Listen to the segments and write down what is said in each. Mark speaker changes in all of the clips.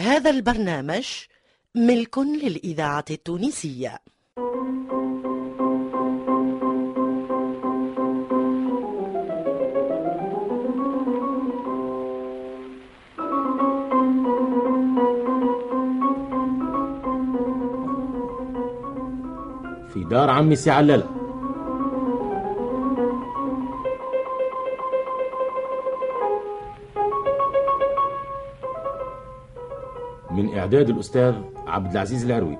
Speaker 1: هذا البرنامج ملك للإذاعة التونسية
Speaker 2: في دار عمي سي علالة من إعداد الأستاذ عبد العزيز العروي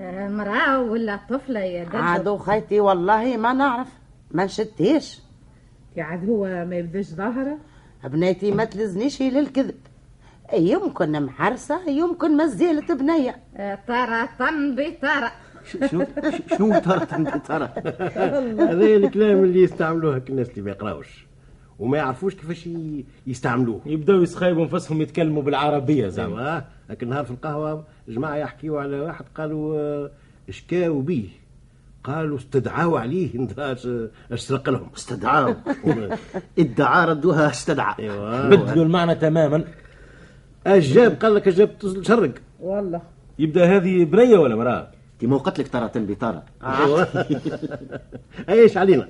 Speaker 3: آه، مرأة ولا طفلة يا دجل
Speaker 4: عادو خيتي والله ما نعرف ما نشدتهاش
Speaker 5: يعني
Speaker 3: عاد هو ما يبداش ظاهرة
Speaker 4: بناتي ما تلزنيش للكذب يمكن محرسة يمكن ما زالت بنية
Speaker 3: آه، طارة طن بطارة
Speaker 6: شو شنو طرت انت ترى
Speaker 7: هذا الكلام اللي يستعملوه هك الناس اللي ما يقراوش وما يعرفوش كيفاش ي- يستعملوه
Speaker 2: يبداو يسخيبوا انفسهم يتكلموا بالعربية زعما
Speaker 7: زعما آه، هك النهار في القهوه جماعه يحكيوا على واحد قالوا آه، شكاو بيه قالوا استدعاو عليه انت اش اش سرق لهم
Speaker 6: استدعاو ادعى ردوها استدعى
Speaker 7: أيوة.
Speaker 2: بدلوا المعنى تماما
Speaker 7: اجاب قال لك اجاب تشرق
Speaker 3: والله
Speaker 2: يبدا هذه بنية ولا مرأة
Speaker 6: تي مو قلت لك ترى تنبي ترى
Speaker 7: ايش أيوة. علينا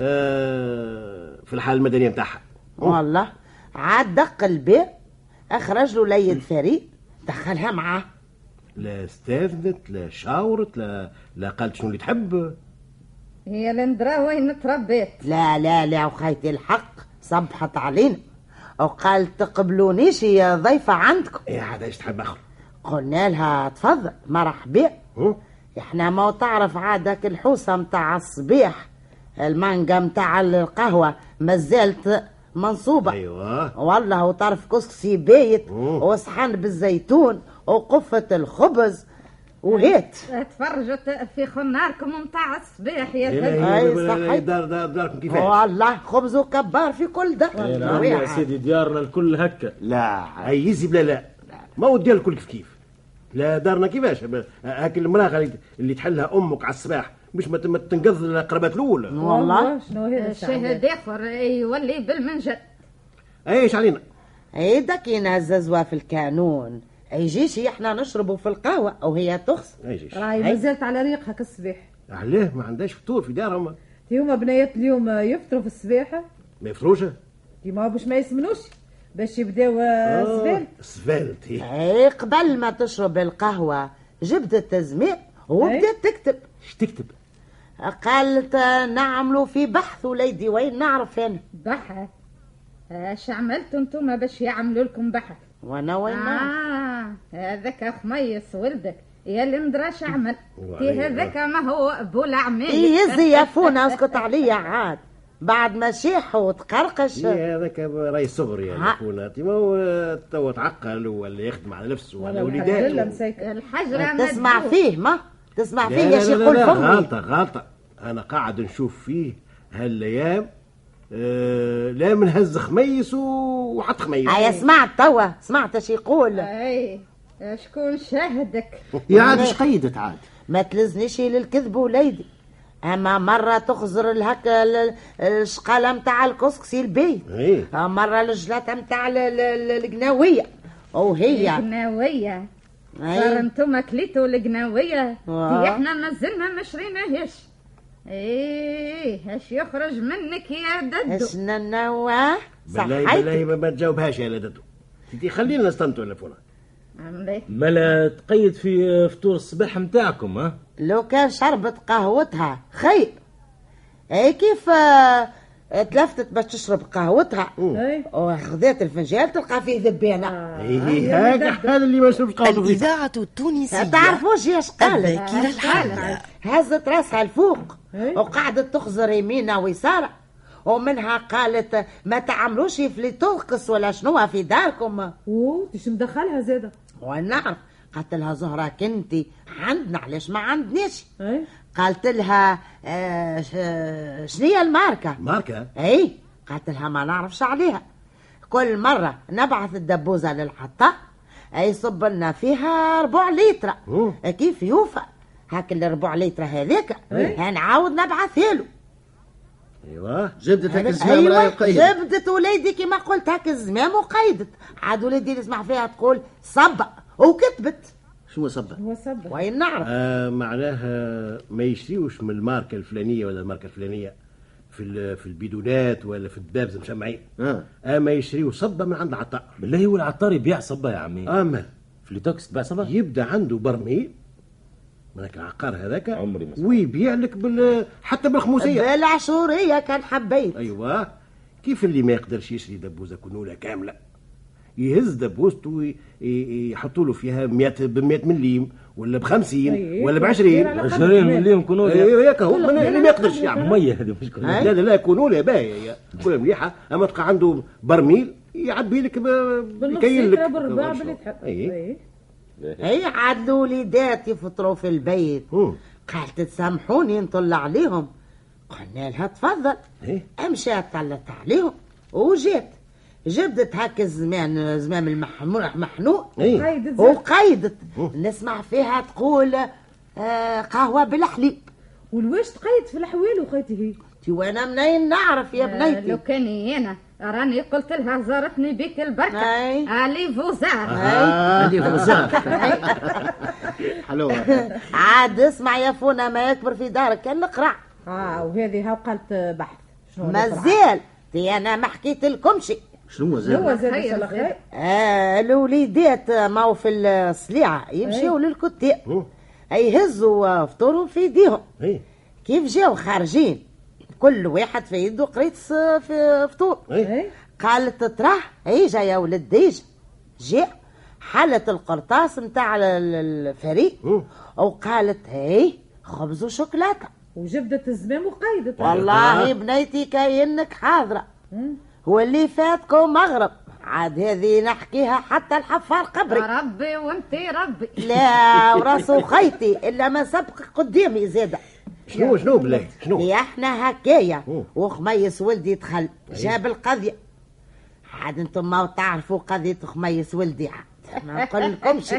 Speaker 7: آه، في الحاله المدنيه نتاعها
Speaker 4: والله عاد دق الباب اخرج له ليد فريد دخلها معاه
Speaker 7: لا استاذنت لا شاورت لا لا قالت شنو اللي تحب
Speaker 3: هي لندرا وين تربيت
Speaker 4: لا لا لا وخيتي الحق صبحت علينا وقالت تقبلونيش يا ضيفة عندكم
Speaker 7: ايه عاد ايش تحب اخر
Speaker 4: قلنا لها تفضل مرحبا
Speaker 7: هم؟
Speaker 4: احنا ما تعرف عادك الحوسه متاع الصبيح المانجا متاع القهوه مازالت منصوبه
Speaker 7: ايوه
Speaker 4: والله وطرف كسكسي بايت
Speaker 7: أوه.
Speaker 4: وصحن بالزيتون وقفه الخبز وهات
Speaker 3: آه، تفرجوا ت- في خناركم متاع الصباح يا دجل
Speaker 4: أي
Speaker 7: اي
Speaker 4: صحيح.
Speaker 7: صحيح دار دار داركم كيفاش
Speaker 4: والله خبز وكبار في كل دار
Speaker 2: إيه، نعم يا سيدي ديارنا الكل هكا
Speaker 6: لا
Speaker 7: عيزي بلا لا ما ودي الكل كيف كيف لا دارنا كيفاش ب- هاك المراغه اللي- اللي تحلها امك على الصباح باش ما ت- ما تنقض القربات
Speaker 4: نعم.
Speaker 7: الاولى
Speaker 4: والله
Speaker 3: شنو هذا آه، شهد اخر يولي بالمنجل
Speaker 7: ايش علينا
Speaker 4: عيدك ينهز زوا في الكانون يجيش احنا نشربوا في القهوه وهي تخص
Speaker 7: ايش
Speaker 3: آه.
Speaker 5: راهي مازالت على ريقها الصباح
Speaker 7: علاه ما عندهاش فطور في دارهم
Speaker 5: هما بنيات اليوم يفطروا في الصباح
Speaker 7: ما يفروشه
Speaker 5: ديما باش ما يسمنوش باش يبداو آه، زبال
Speaker 7: سفالت هي.
Speaker 4: اي إيه، قبل ما تشرب القهوه جبت التزميل وبدات تكتب
Speaker 2: اش تكتب
Speaker 4: قالت آه، نعملوا في بحث وليدي وين نعرف انا
Speaker 3: بحث اش عملتوا انتم آه، باش يعملوا لكم بحث
Speaker 4: وانا وين نعرف؟ آه.
Speaker 3: اه هذاك خميس ولدك يا لندرا اش عمل تي
Speaker 7: وعليه.
Speaker 3: هذاك ما هو بول
Speaker 4: إيه
Speaker 3: عمال
Speaker 4: يزي يا فونا اسكت عليا عاد بعد ما شيح وتقرقش
Speaker 7: هي إيه، هذاك راي صغر يعني
Speaker 4: ها.
Speaker 7: يكون هاتي ما هو تو تعقل ولا يخدم على نفسه وعلى
Speaker 5: الحمد لله
Speaker 7: وليداته
Speaker 5: مسيكة
Speaker 3: الحجرة ما
Speaker 4: تسمع
Speaker 3: تدوب.
Speaker 4: فيه ما تسمع
Speaker 7: لا
Speaker 4: فيه
Speaker 7: لا
Speaker 4: يا
Speaker 7: لا
Speaker 4: شيخ
Speaker 7: لا
Speaker 4: قول
Speaker 7: لا،
Speaker 4: فمي
Speaker 7: غلطة غلطة أنا قاعد نشوف فيه هالأيام آه لا من هز خميس و- وحط خميس
Speaker 4: هيا آه، سمعت توا سمعت اش يقول
Speaker 3: اي شكون شاهدك
Speaker 6: يا عاد اش قيدت عاد
Speaker 4: ما تلزنيش للكذب وليدي اما مره تخزر الهكا ال- الشقاله متاع الكسكسي البيت
Speaker 7: إيه.
Speaker 4: مرة الجلاطة متاع ال- ال- ال- القناوية
Speaker 3: إيه.
Speaker 4: وهي
Speaker 3: القناوية
Speaker 4: أي.
Speaker 3: صار انتم كليتوا القناوية
Speaker 4: آه.
Speaker 3: دي احنا مازلنا ما شريناهاش ايه اش يخرج منك يا ددو
Speaker 4: شنو النواه
Speaker 7: بلاي بلاي
Speaker 4: صحيت
Speaker 7: ما- ما تجاوبهاش يا لدتو تدي خلينا نستمتع لفونا
Speaker 3: عمري
Speaker 2: ملا تقيد في فطور الصباح متاعكم ها
Speaker 4: لو كان شربت قهوتها خير اي كيف آه، تلفتت باش تشرب قهوتها
Speaker 5: إيه.
Speaker 4: وخذت الفنجان تلقى فيه ذبانة
Speaker 7: آه. هي إيه، هاك هذا اللي ما شربش قهوته فيه
Speaker 1: الإذاعة التونسية
Speaker 4: تعرفوش يا قالت
Speaker 1: الذاكرة الحية
Speaker 4: هزت راسها لفوق وقعدت تخزر يمينها ويسارة ومنها قالت ما تعملوش في ترقص ولا شنو في داركم
Speaker 5: وتش مدخلها زادة
Speaker 4: ونعرف قالت لها زهرة كنتي عندنا علاش ما عندناش
Speaker 5: إيه.
Speaker 4: قالت لها آه ش- آه، شنية الماركة
Speaker 7: ماركة
Speaker 4: اي قالت لها ما نعرفش عليها كل مرة نبعث الدبوزة للحطة يصب لنا فيها ربع لتر
Speaker 7: مم.
Speaker 4: كيف يوفى هاك الربع ليتر هذاك هنعاود نبعثها له
Speaker 7: ايوه
Speaker 6: جبدت هيك الزمام راهي
Speaker 4: ايوه
Speaker 6: القيد
Speaker 4: جبدت وليدي كما قلت هاك الزمام وقيدت عاد وليدي نسمع فيها تقول صب وكتبت
Speaker 6: شنو صبا
Speaker 5: هو صبر
Speaker 4: وين نعرف
Speaker 7: آه معناها ما يشريوش من الماركه الفلانيه ولا الماركه الفلانيه في ال- في البيدونات ولا في الدبابز مشمعين
Speaker 6: آه.
Speaker 7: اما يشريو صبه من عند عطار
Speaker 2: بالله هو العطار يبيع صبا يا عمي
Speaker 7: اما
Speaker 2: في ليتوكس تباع صبا
Speaker 7: يبدا عنده برميل من هاك العقار هذاك
Speaker 2: عمري ما سمعت.
Speaker 7: ويبيع لك بال حتى بالخمسيه
Speaker 4: بالعشورية كان حبيت
Speaker 7: ايوه كيف اللي ما يقدرش يشري دبوزه كنوله كامله يهز دبوزته يحطوا له فيها 100 ب 100 مليم ولا ب 50
Speaker 5: أيه.
Speaker 7: ولا ب 20
Speaker 5: على قد
Speaker 2: شهرين
Speaker 5: ما.
Speaker 2: مليون كنوز
Speaker 7: ايوه ياك هو من- اللي ما يقدرش يعمل
Speaker 2: مية هذه مشكلة
Speaker 7: لا لا لا كونوا لا باهيه كلها مليحه اما تلقى عنده برميل يعبي لك ب-
Speaker 5: بالنص
Speaker 7: يكيل لك
Speaker 5: يضرب الرباع باللي تحب
Speaker 7: اي
Speaker 5: إيه.
Speaker 4: هي عاد الوليدات يفطروا في البيت
Speaker 7: مم.
Speaker 4: قالت تسامحوني نطلع عليهم قلنا لها تفضل
Speaker 7: إيه.
Speaker 4: مشات طلت عليهم وجات جبدت هاك الزمان زمام المحمو- محنوق
Speaker 7: إيه.
Speaker 5: قيدت زاد.
Speaker 4: وقيدت نسمع فيها تقول آه، قهوة بالحليب
Speaker 5: والواش تقيد في الحوال وخيتي هي
Speaker 4: تي وانا منين نعرف يا
Speaker 3: آه، لو
Speaker 4: بنيتي
Speaker 3: كان انا راني قلت لها زارتني بك
Speaker 4: أي.
Speaker 3: البركه الي فوزار
Speaker 6: عندي غزال حلوة
Speaker 4: عاد اسمع يا فونا ما يكبر في دارك كان نقرع
Speaker 3: آه،
Speaker 5: اه وهذه ها قالت بحث شنو القرعة؟
Speaker 4: مازال تي انا ما حكيت لكمش
Speaker 6: شنو
Speaker 5: هو
Speaker 6: زاد
Speaker 5: زاد
Speaker 3: خير
Speaker 5: على
Speaker 3: زاد.
Speaker 5: خير
Speaker 4: آه الوليدات ماو في الصليعة يمشيو للكتاب يهزوا فطورهم في يديهم
Speaker 7: اي
Speaker 4: كيف جاو خارجين كل واحد في يده قريت ص- في فطور
Speaker 5: إيه.
Speaker 4: قالت تراه ايجا يا ولد ديجا جاء حلت القرطاس نتاع ال- ال- الفريق
Speaker 7: مم.
Speaker 4: وقالت هاي خبز وشوكولاته
Speaker 5: وجبدت الزمام وقيدت
Speaker 4: والله بنيتي كأنك حاضرة واللي فاتكم مغرب عاد هذه نحكيها حتى الحفار
Speaker 3: آه،
Speaker 4: قبري
Speaker 3: ربي وانت ربي
Speaker 4: لا وراسه خيتي إلا ما سبق قدامي زادة
Speaker 7: شنو شنو بالله شنو
Speaker 4: يا احنا هكايا
Speaker 7: مم.
Speaker 4: وخميس ولدي دخل جاب القضية عاد انتم ما تعرفوا قضية خميس ولدي عاد ما نقول لكمش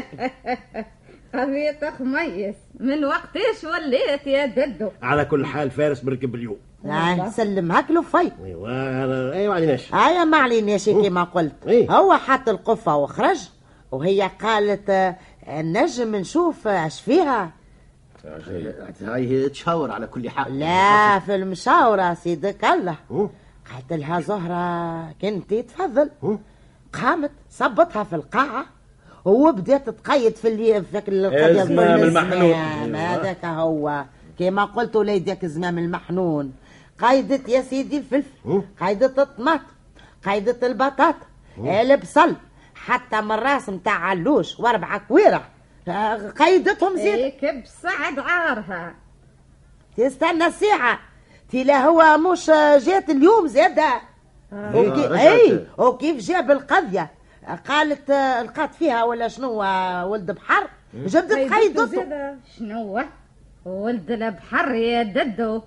Speaker 3: قضية خميس من وقتاش وليت يا ددو
Speaker 7: على كل حال فارس مركب اليوم أيوة،
Speaker 4: لا، نسلم هكلو في
Speaker 7: ايوا أنا- ايوا عليناش
Speaker 4: هيا ما عليناش كيما قلت
Speaker 7: إيه.
Speaker 4: هو حط القفة وخرج وهي قالت آه، نجم نشوف آه، اش فيها
Speaker 6: هاي تشاور على كل حال
Speaker 4: لا في المشاورة سيدك الله
Speaker 7: مم.
Speaker 4: قالت لها زهرة كنتي تفضل
Speaker 7: مم.
Speaker 4: قامت صبتها في القاعة وبدات تقيد في اللي في القضية
Speaker 2: الزمام المحنون.
Speaker 4: هذاك هو كما قلت وليدك الزمام المحنون قيدت يا سيدي الفلفل قيدت الطماط قيدت البطاطا البصل حتى من راس متاع علوش واربع كويرة آه، قيدتهم زيد
Speaker 3: هيك بسعد عارها
Speaker 4: تستنى ساعة تي لا هو مش جات اليوم زادة وكي...
Speaker 6: رجعت.
Speaker 4: اي وكيف جاب القضية قالت آه، لقات فيها ولا شنو آه، ولد بحر
Speaker 3: طيب،
Speaker 4: جبدت
Speaker 5: قيدت
Speaker 4: قيدته
Speaker 5: زاد
Speaker 3: إيه، شنو ولد البحر يا ددو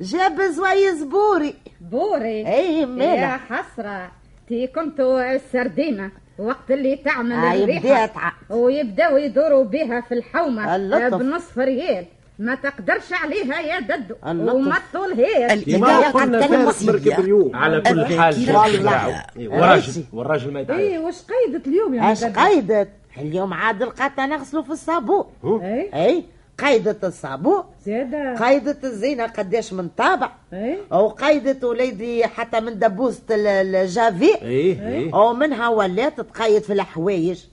Speaker 4: جاب زوي زبوري
Speaker 3: بوري
Speaker 4: اي
Speaker 3: يا
Speaker 4: مالا
Speaker 3: حسرة تي كنتو السردينة وقت اللي تعمل
Speaker 4: آه،
Speaker 3: الريحة
Speaker 4: يبدا يتعب.
Speaker 3: ويبداو يدوروا بها في الحومة
Speaker 4: اللطف.
Speaker 3: بنصف ريال ما تقدرش عليها يا ددو
Speaker 4: اللطف.
Speaker 3: وما تطولهاش
Speaker 1: الإذاعة
Speaker 7: إيه، قلنا فارس مركب
Speaker 1: التونسية
Speaker 7: اليوم
Speaker 2: على كل حال
Speaker 1: الذاكرة
Speaker 2: شكراً.
Speaker 4: والله.
Speaker 2: أيوة. والراجل والراجل ما
Speaker 3: إيه.
Speaker 2: يتعرف
Speaker 5: اي واش قيدت اليوم
Speaker 3: يعني
Speaker 5: يا
Speaker 4: اش
Speaker 5: مدد؟
Speaker 4: قيدت اليوم عاد لقاتها نغسلو في الصابون
Speaker 3: إيه؟
Speaker 5: اي
Speaker 4: اي قيدت الصابون
Speaker 3: آه.
Speaker 5: زاد
Speaker 4: قيدت الزينة قداش من طابع
Speaker 3: إيه؟
Speaker 5: اي
Speaker 4: وقيدت وليدي حتى من دبوسة ال- الجافي
Speaker 2: إيه،
Speaker 7: ايه ايه
Speaker 4: ومنها ولات تقيد في الحوايج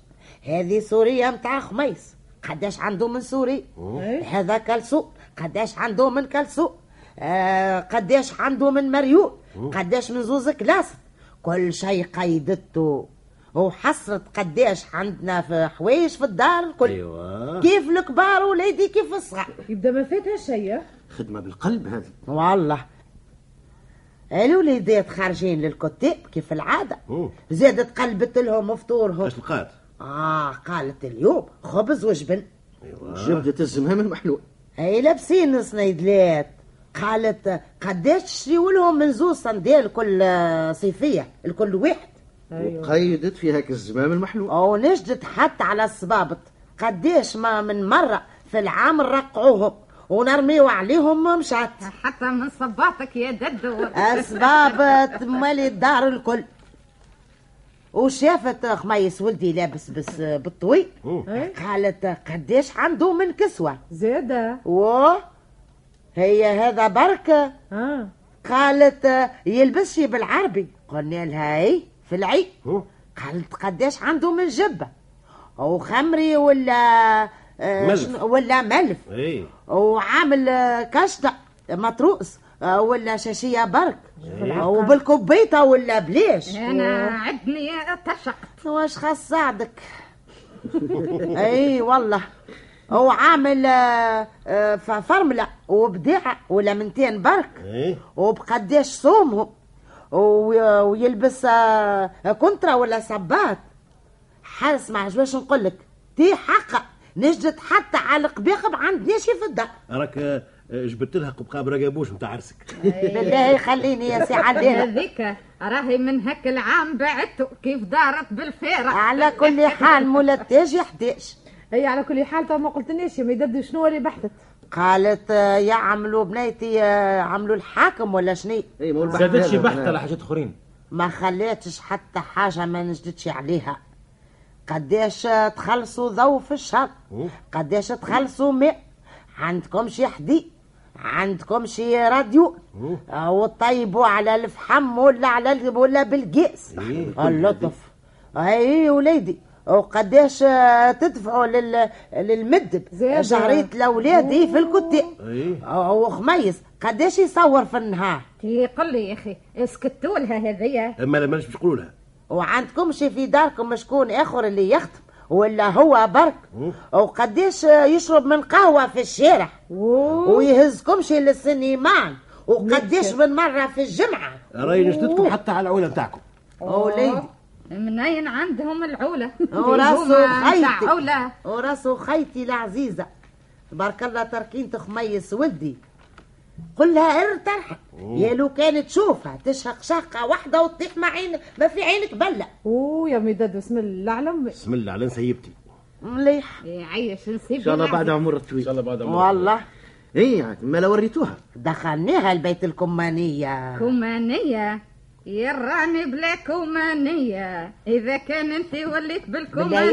Speaker 4: هذه سورية متاع خميس قداش عنده من سوري هذا كلسو قداش عنده من كلسو آه قداش عنده من مريول قداش من زوز كلاس كل شيء قيدته وحصرت قداش عندنا في حوايج في الدار الكل
Speaker 7: ايوه
Speaker 4: كيف الكبار ولادي كيف الصغار
Speaker 5: يبدا ما فاتها شيء
Speaker 6: خدمة بالقلب هذه
Speaker 4: والله الوليدات خارجين للكتاب كيف العاده
Speaker 7: مم.
Speaker 4: زادت قلبت لهم فطورهم
Speaker 7: اش لقات
Speaker 4: آه قالت اليوم خبز وجبن
Speaker 6: جبدت الزمام المحلول
Speaker 4: أي لابسين سنيدلات قالت قداش تشريوا لهم من زوز صندال كل آه، صيفية لكل واحد
Speaker 6: وقيدت في هاك الزمام المحلول
Speaker 4: ونجدت حتى على الصبابط قداش ما من مرة في العام نرقعوهم ونرميو عليهم مشات
Speaker 3: حتى من صباطك يا ددو
Speaker 4: اسباب تمالي الدار الكل وشافت خميس ولدي لابس بس آه، بالطوي
Speaker 3: إيه؟
Speaker 4: قالت قداش عنده من كسوه
Speaker 5: زاده
Speaker 4: و هي هذا بركه
Speaker 5: اه
Speaker 4: قالت آه، يلبس شي بالعربي قلنا لها اي في العيد قالت قداش عنده من جبه وخمري ولا آه،
Speaker 7: ملف.
Speaker 4: شنو- ولا ملف
Speaker 7: اي
Speaker 4: وعامل آه، كشطة مطروس آه، ولا شاشية برك وبالكبيطة ولا بليش
Speaker 3: انا عدني تشق
Speaker 4: واش خاص عندك اي والله وعامل آه، آه، ف- فرملة وبديعة ولا منتين برك
Speaker 7: اي
Speaker 4: وبقداش صومهم و- ويلبس آه، كونترا ولا صباط حارس ما عجباش نقول لك تي حقه نجدت حتى على القبيخ ما عندنيش في الدار
Speaker 7: راك آه، جبت لها قبقاب رقابوش نتاع عرسك
Speaker 4: إيه. بالله يخليني يا سي علينا
Speaker 3: هذيك راهي من هك العام بعته كيف دارت بالفيرة
Speaker 4: على كل حال مولا التاج يحتاج
Speaker 5: هي على كل حال تو ما قلتلنيش يا ميدد شنو اللي بحثت
Speaker 4: قالت آه، يعملوا بنيتي آه، عملوا الحاكم ولا شني
Speaker 6: اي ما هو البحث
Speaker 2: زادتش
Speaker 6: هذا
Speaker 2: بحث على
Speaker 6: معناها.
Speaker 2: حاجات اخرين
Speaker 4: ما خليتش حتى حاجة ما نجدتش عليها قداش آه، تخلصوا ضو في الشهر قداش تخلصوا ماء عندكم شي حدي عندكم شي راديو آه، وطيبوا على الفحم ولا على ال- ولا بالقيس اللطف اي وليدي وقداش آه، تدفعوا لل... للمدب
Speaker 5: زيادة.
Speaker 4: شهرية الاولاد إيه في الكتاب
Speaker 7: إيه.
Speaker 4: آه، وخميس قداش يصور في النهار
Speaker 3: يقول لي يا اخي اسكتوا لها هذيا
Speaker 7: اما لا مانيش باش نقولوا لها
Speaker 4: وعندكم شي في داركم شكون اخر اللي يخدم ولا هو برك وقديش يشرب من قهوة في الشارع ويهزكم شي للسينما وقديش من مرة في الجمعة
Speaker 7: راي نشدتكم حتى على العولة نتاعكم
Speaker 4: وليدي
Speaker 3: منين عندهم العولة
Speaker 4: وراسو
Speaker 3: الهما متاع
Speaker 4: خيتي
Speaker 3: عولة
Speaker 4: وراسو خيتي العزيزة تبارك الله تركين تخميس ولدي قل لها ارتاح يا لو كانت تشوفها تشهق شهقة واحدة وتطيح مع عين ما في عينك بلة
Speaker 5: اوه يا ميدد بسم الله على امي
Speaker 7: بسم الله على نسيبتي
Speaker 4: مليح
Speaker 3: يعيش نسيب
Speaker 6: ان شاء الله بعد عمر طويل
Speaker 2: ان شاء الله بعد عمرك.
Speaker 4: والله
Speaker 6: اي يعني ما لا وريتوها
Speaker 4: دخلناها البيت الكمانية
Speaker 3: كومانية يراني بلا كومانية إذا كان أنت وليت
Speaker 4: بالله يسقط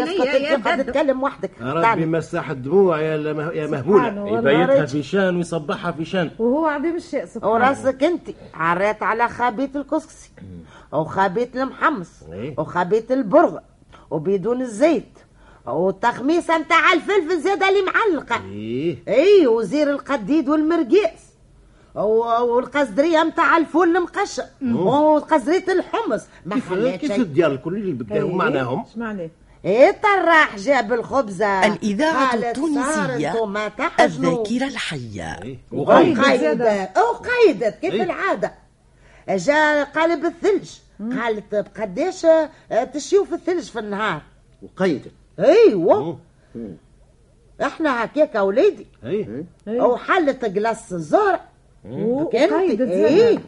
Speaker 3: بالكومانية يا
Speaker 4: تبقى
Speaker 3: ددو
Speaker 4: تتكلم وحدك
Speaker 7: ربي
Speaker 4: طالب.
Speaker 7: مساح الدموع يا لمه- يا مهوله
Speaker 5: سبحانه والله
Speaker 2: يبيتها
Speaker 5: رجل.
Speaker 2: إيه، في شان ويصبحها في شان
Speaker 5: وهو عظيم الشيء سبحان
Speaker 4: وراسك انت عريت على خبيت الكسكسي وخبيت المحمص
Speaker 7: ايه.
Speaker 4: وخبيت البرغ وبيدون الزيت والتخميسه نتاع الفلفل زاده اللي معلقه
Speaker 7: ايه
Speaker 4: اي وزير القديد والمرقيس و- والقزدريه نتاع الفول المقشر وقزريه الحمص ما
Speaker 7: كيف
Speaker 4: خليت
Speaker 7: كيف
Speaker 4: شيء إيه.
Speaker 7: الديار الكل اللي بداهم معناهم
Speaker 5: ايش معناه
Speaker 4: ايه طراح جاب الخبزه
Speaker 1: الإذاعة
Speaker 4: قالت
Speaker 1: التونسية
Speaker 4: صارت وما تحجنوا.
Speaker 1: الذاكرة الحية
Speaker 4: إيه.
Speaker 7: وقايد
Speaker 4: وقيدة وقيدة كيف
Speaker 7: إيه.
Speaker 4: العادة جا قالب الثلج قالت بقداش آه، تشيو في الثلج في النهار
Speaker 6: وقيدت
Speaker 4: ايوه احنا هكاك وليدي
Speaker 2: إيه.
Speaker 7: ايه
Speaker 1: إيه.
Speaker 4: وحلت قلاص الزهر
Speaker 5: وقيدت
Speaker 4: اي
Speaker 5: زادة.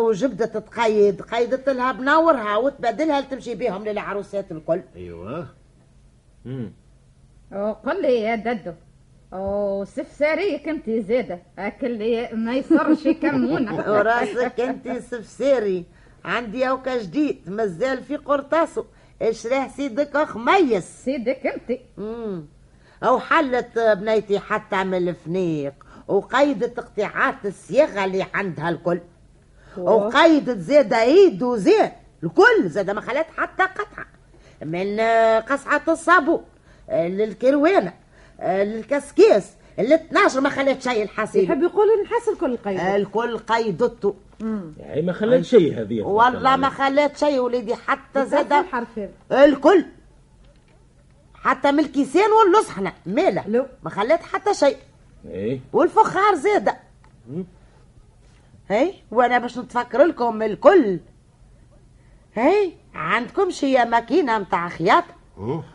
Speaker 4: وجبدت تقيد قيدت لها بنورها وتبدلها تمشي بيهم للعروسات الكل
Speaker 7: ايوه
Speaker 3: وقل لي يا ددو وسفساريك أنت زادة أكل لي ما يصرش يكمونك
Speaker 4: وراسك انت سفساري عندي اوكا جديد مازال في قرطاسه اشراه سيدك اخميس
Speaker 3: سيدك أنت
Speaker 4: مم. او حلت بنيتي حتى من الفنيق وقيدت اقتعات الصياغه اللي عندها الكل وقيدت زاد ايد وزاد الكل زاد ما خلات حتى قطعه من آه، قصعه الصابون آه، للكروانه آه، للكسكيس للتناشر ما خلات شيء الحسيب
Speaker 5: يحب يقول نحصل كل
Speaker 4: آه،
Speaker 5: القيد
Speaker 4: الكل قيدته
Speaker 2: يعني ما خلت شيء هذه
Speaker 4: والله ما خلات شيء وليدي حتى زاد
Speaker 5: الحرف هذا
Speaker 4: الكل حتى من الكيسان واللصحنه
Speaker 5: لو.
Speaker 4: ماله ما خلات حتى شيء
Speaker 2: ايه
Speaker 4: والفخار زادة هاي وانا باش نتفكر لكم الكل هاي عندكم شي ماكينه متاع خياط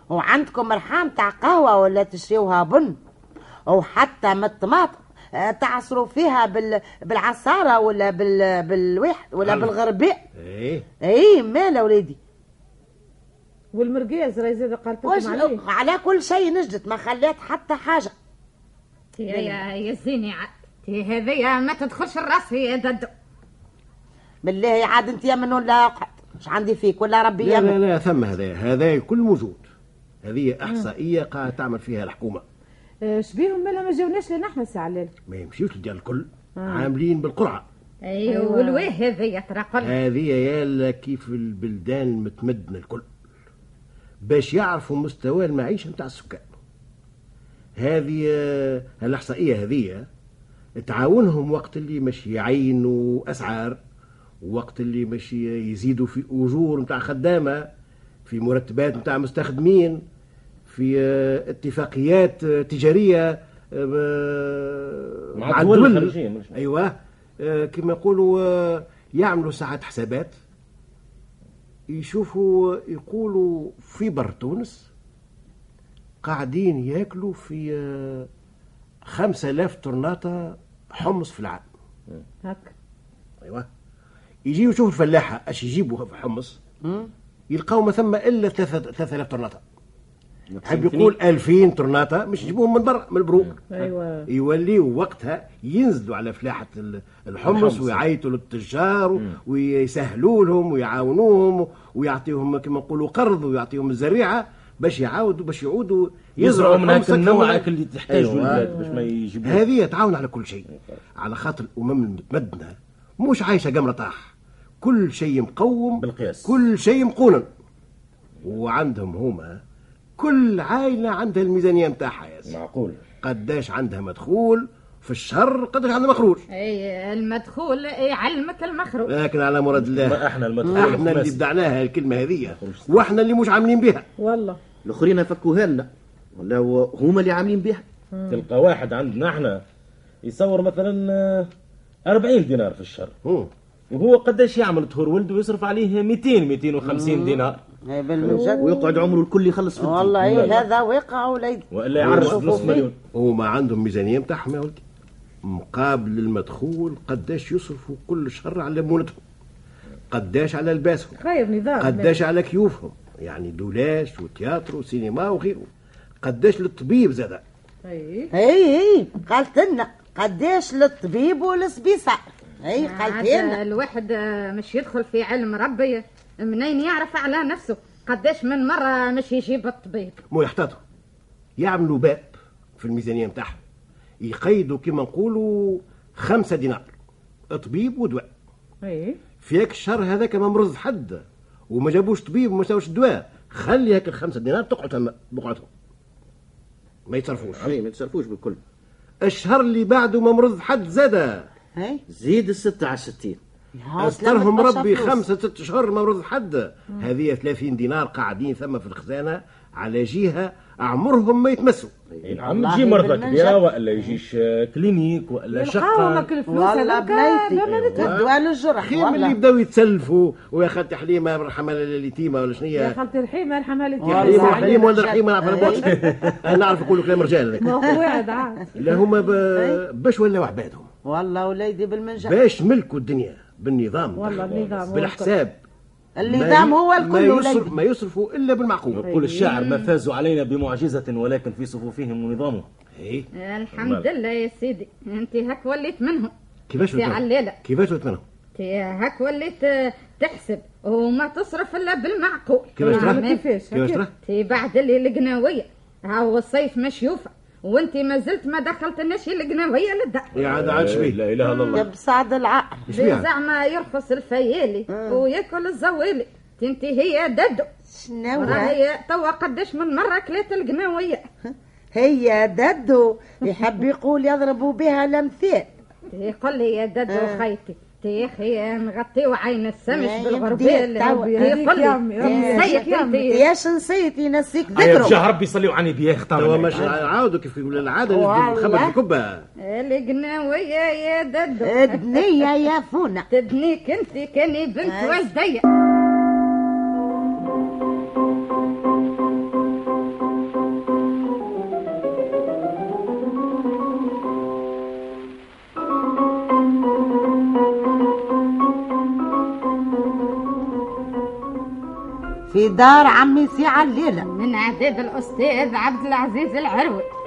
Speaker 4: وعندكم رحام تاع قهوه ولا تشريوها بن وحتى من الطماطم آه، تعصروا فيها بال... بالعصاره ولا بال... بالواحد ولا بالغرباء
Speaker 7: ايه
Speaker 4: اي مالا إيه، وليدي
Speaker 5: والمرقيز راهي زاد قالت
Speaker 4: واش
Speaker 5: لكم عليه
Speaker 4: على كل شيء نجدت ما خلات حتى حاجه
Speaker 3: يا يا يا الزيني تي هذيا ما تدخلش الراس يا ددو
Speaker 4: بالله عاد انت يا من ولا قعد مش عندي فيك ولا ربي
Speaker 7: لا لا
Speaker 4: يمن
Speaker 7: لا ثم هذا هذا الكل موجود هذه احصائيه قاعده تعمل فيها الحكومه
Speaker 5: آه، شبيهم مالها ما جاوناش لنا احنا الساعه الليل
Speaker 7: ما يمشيوش للدار الكل
Speaker 4: آه.
Speaker 7: عاملين بالقرعه
Speaker 3: ايوه
Speaker 5: أيوة.
Speaker 3: والويه هذيا ترى قل
Speaker 7: هذه يالا كيف البلدان المتمدنه الكل باش يعرفوا مستوى المعيشه نتاع السكان هذه آه، الاحصائيه هذه تعاونهم وقت اللي مش يعينوا اسعار وقت اللي مش يزيدوا في اجور نتاع خدامه في مرتبات نتاع مستخدمين في آه، اتفاقيات آه، تجاريه آه،
Speaker 2: مع الدول الخارجية، مش مع-
Speaker 7: ايوه آه، كما يقولوا آه، يعملوا ساعات حسابات يشوفوا يقولوا في بر تونس قاعدين ياكلوا في آه، خمسة آلاف طرناطة حمص في العام
Speaker 5: هك
Speaker 7: أيوة يجيو يشوفوا الفلاحة أش يجيبوا في حمص يلقاو ما ثم إلا ثلاثة- ثلاثة آلاف طرناطة يحب يقول ألفين طرناطة مش يجيبوهم من برا من البروق
Speaker 2: أيوة.
Speaker 3: أيوة.
Speaker 5: ايوه
Speaker 7: يوليوا وقتها ينزلوا على فلاحة ال- الحمص
Speaker 2: الحمص.
Speaker 7: ويعيطوا للتجار و- ويسهلوا لهم ويعاونوهم ويعطيهم كما نقولوا قرض ويعطيهم الزريعة باش يعاودوا باش يعودوا
Speaker 2: يزرعوا من هاك
Speaker 7: الحمص أكثر
Speaker 2: النوع هاك اللي تحتاجه
Speaker 7: أيوة.
Speaker 2: البلاد باش ما يجيبوش
Speaker 7: هذه تعاون على كل شيء على خاطر الامم المتمدنه مش عايشه قمر طاح كل شيء مقوم
Speaker 2: بالقياس.
Speaker 7: كل شيء مقونن وعندهم هما كل عائله عندها الميزانيه نتاعها ياسر
Speaker 2: معقول
Speaker 7: قداش عندها مدخول في الشهر قداش عندها مخروج
Speaker 3: اي المدخول يعلمك المخروج
Speaker 7: لكن على مراد
Speaker 2: ما
Speaker 7: الله
Speaker 2: احنا المدخول
Speaker 7: احنا اللي
Speaker 2: الخماسي.
Speaker 7: بدعناها الكلمه هذه
Speaker 2: مخروج صح.
Speaker 7: واحنا اللي مش عاملين بها
Speaker 5: والله
Speaker 6: الاخرين فكوها لنا ولا هو- هما اللي عاملين بها
Speaker 2: تلقى واحد عندنا احنا يصور مثلا آه، 40 دينار في الشهر
Speaker 7: مم.
Speaker 2: وهو قداش يعمل طهور ولده ويصرف عليه 200 250 دينار
Speaker 4: إيه بالمجد
Speaker 6: ويقعد عمره الكل يخلص في الدين.
Speaker 4: والله إيه هذا واقع وليدي
Speaker 2: والا يعرف
Speaker 4: شوفوا
Speaker 2: نص
Speaker 4: فيه.
Speaker 2: مليون
Speaker 7: هما عندهم ميزانيه نتاعهم يا ولدي مقابل المدخول قداش يصرفوا كل شهر على لمونتهم قداش على لباسهم
Speaker 5: خايب نظام
Speaker 7: قداش على كيوفهم يعني دولاش وتياترو وسينما وغيره قداش للطبيب زاد
Speaker 5: اي
Speaker 4: اي اي إيه، قالت لنا قداش للطبيب وللسبيسار اي قالت
Speaker 3: عاد
Speaker 4: لنا
Speaker 3: الواحد آه، مش يدخل في علم ربي منين يعرف على نفسه قداش من مرة مش يجيب الطبيب
Speaker 7: مو يحتاطوا يعملوا باب في الميزانيه نتاعهم يقيدوا كما نقولوا خمسة دينار طبيب ودواء
Speaker 5: اي
Speaker 7: فيك الشهر هذاك ما مرض حد وما جابوش طبيب وما ساوش الدواء خلي هاك الخمسة دينار تقعد تما بقعتهم ما يتصرفوش
Speaker 6: عمي ما تصرفوش بالكل
Speaker 7: الشهر اللي بعده ما مرض حد زاد
Speaker 4: إي.
Speaker 6: زيد الستة على الستين
Speaker 4: ها،
Speaker 7: استرهم
Speaker 4: سلامت برشا
Speaker 7: ربي
Speaker 4: فلوس.
Speaker 7: خمسة ست شهور ما مرض حد هذه 30 دينار قاعدين ثم في الخزانة على جهة عمرهم ما يتمسوا
Speaker 2: اي نعم
Speaker 4: والله
Speaker 2: تجي مرضى
Speaker 4: بالمنجد.
Speaker 2: كبيره والا يجيش آه، كلينيك والا
Speaker 5: يلقاو لك
Speaker 2: شقه
Speaker 5: الفلوس
Speaker 4: والله
Speaker 5: هذاك
Speaker 4: بنيتي
Speaker 5: بمنتها.
Speaker 4: الدوال الجرح
Speaker 7: خير من اللي
Speaker 4: والله
Speaker 7: يبداو يتسلفوا ويا خالتي حليمه ارحم اليتيمه ولا شنو
Speaker 5: يا
Speaker 7: هي
Speaker 5: خالتي الرحيمه ارحمها لك
Speaker 7: يا
Speaker 4: والله
Speaker 7: حليمه
Speaker 4: عليك
Speaker 7: حليمه ولا
Speaker 4: جد.
Speaker 7: رحيمه نعرف انا بوش. انا نعرف نقولوا كلام رجال هذاك.
Speaker 5: واحد عاد
Speaker 7: لا هما ب... باش ولاو عبادهم
Speaker 4: والله وليدي بالمنجد
Speaker 7: باش ملكوا الدنيا بالنظام
Speaker 5: والله النظام هو
Speaker 7: بالحساب
Speaker 4: النظام
Speaker 7: ما ي-
Speaker 4: هو
Speaker 7: ما
Speaker 4: الكل
Speaker 7: يصرف
Speaker 4: وليدي
Speaker 7: ما يصرفوا الا بالمعقول
Speaker 2: يقول الشاعر ما فازوا علينا بمعجزه ولكن في صفوفهم ونظامهم
Speaker 7: إيه.
Speaker 3: آه، الحمد لله يا سيدي انت هك وليت منهم
Speaker 7: كيفاش
Speaker 3: يا علالة.
Speaker 7: وثمنهم كيفاش وثمنهم
Speaker 3: انت هك وليت آه، تحسب وما تصرف الا بالمعقول
Speaker 7: كيفاش ترى
Speaker 3: نعم.
Speaker 5: كيفاش؟
Speaker 7: كيفاش
Speaker 5: هكا.
Speaker 7: ترى
Speaker 3: تي بعد اللي القناوية هاو الصيف مشيوفة وانت ما زلت ما دخلتناش القناوية للدار
Speaker 7: يا عاد عاد شبيه
Speaker 2: لا اله الا
Speaker 4: يا
Speaker 2: الله
Speaker 4: بسعد العقل
Speaker 7: شبيه عاد؟
Speaker 3: زعما يرقص الفيالي
Speaker 5: آه.
Speaker 3: وياكل الزويلي انت هي ددو
Speaker 4: شنو
Speaker 3: راهي توا قداش من مرة كلات القناوية
Speaker 4: هي ددو يحب يقول يضربوا بها الامثال
Speaker 3: يقول لي يا
Speaker 5: آه.
Speaker 3: ددو خيتي يا اخي نغطيو عين
Speaker 4: لا،
Speaker 3: السمش
Speaker 4: يا
Speaker 3: بالغربية
Speaker 4: بديت توا.
Speaker 3: اللي-
Speaker 5: هذيك
Speaker 3: يقول
Speaker 5: يا عمي،
Speaker 3: لي
Speaker 5: يا
Speaker 3: نسيت انت
Speaker 4: ياش نسيت ينسيك
Speaker 2: عيب
Speaker 4: تضرب
Speaker 2: جاه ربي صليوا على نبيه
Speaker 7: توا
Speaker 2: اختار
Speaker 7: مش عاودوا كيف يقولوا العاده نخبط
Speaker 4: والله.
Speaker 7: الكبه
Speaker 3: القناوية يا ددو
Speaker 4: الدنيا يا فونا
Speaker 3: تبنيك انت كاني
Speaker 5: آه.
Speaker 3: بنت والدية
Speaker 4: في دار عمي سي عليلة
Speaker 3: من عداد الأستاذ عبد العزيز العروي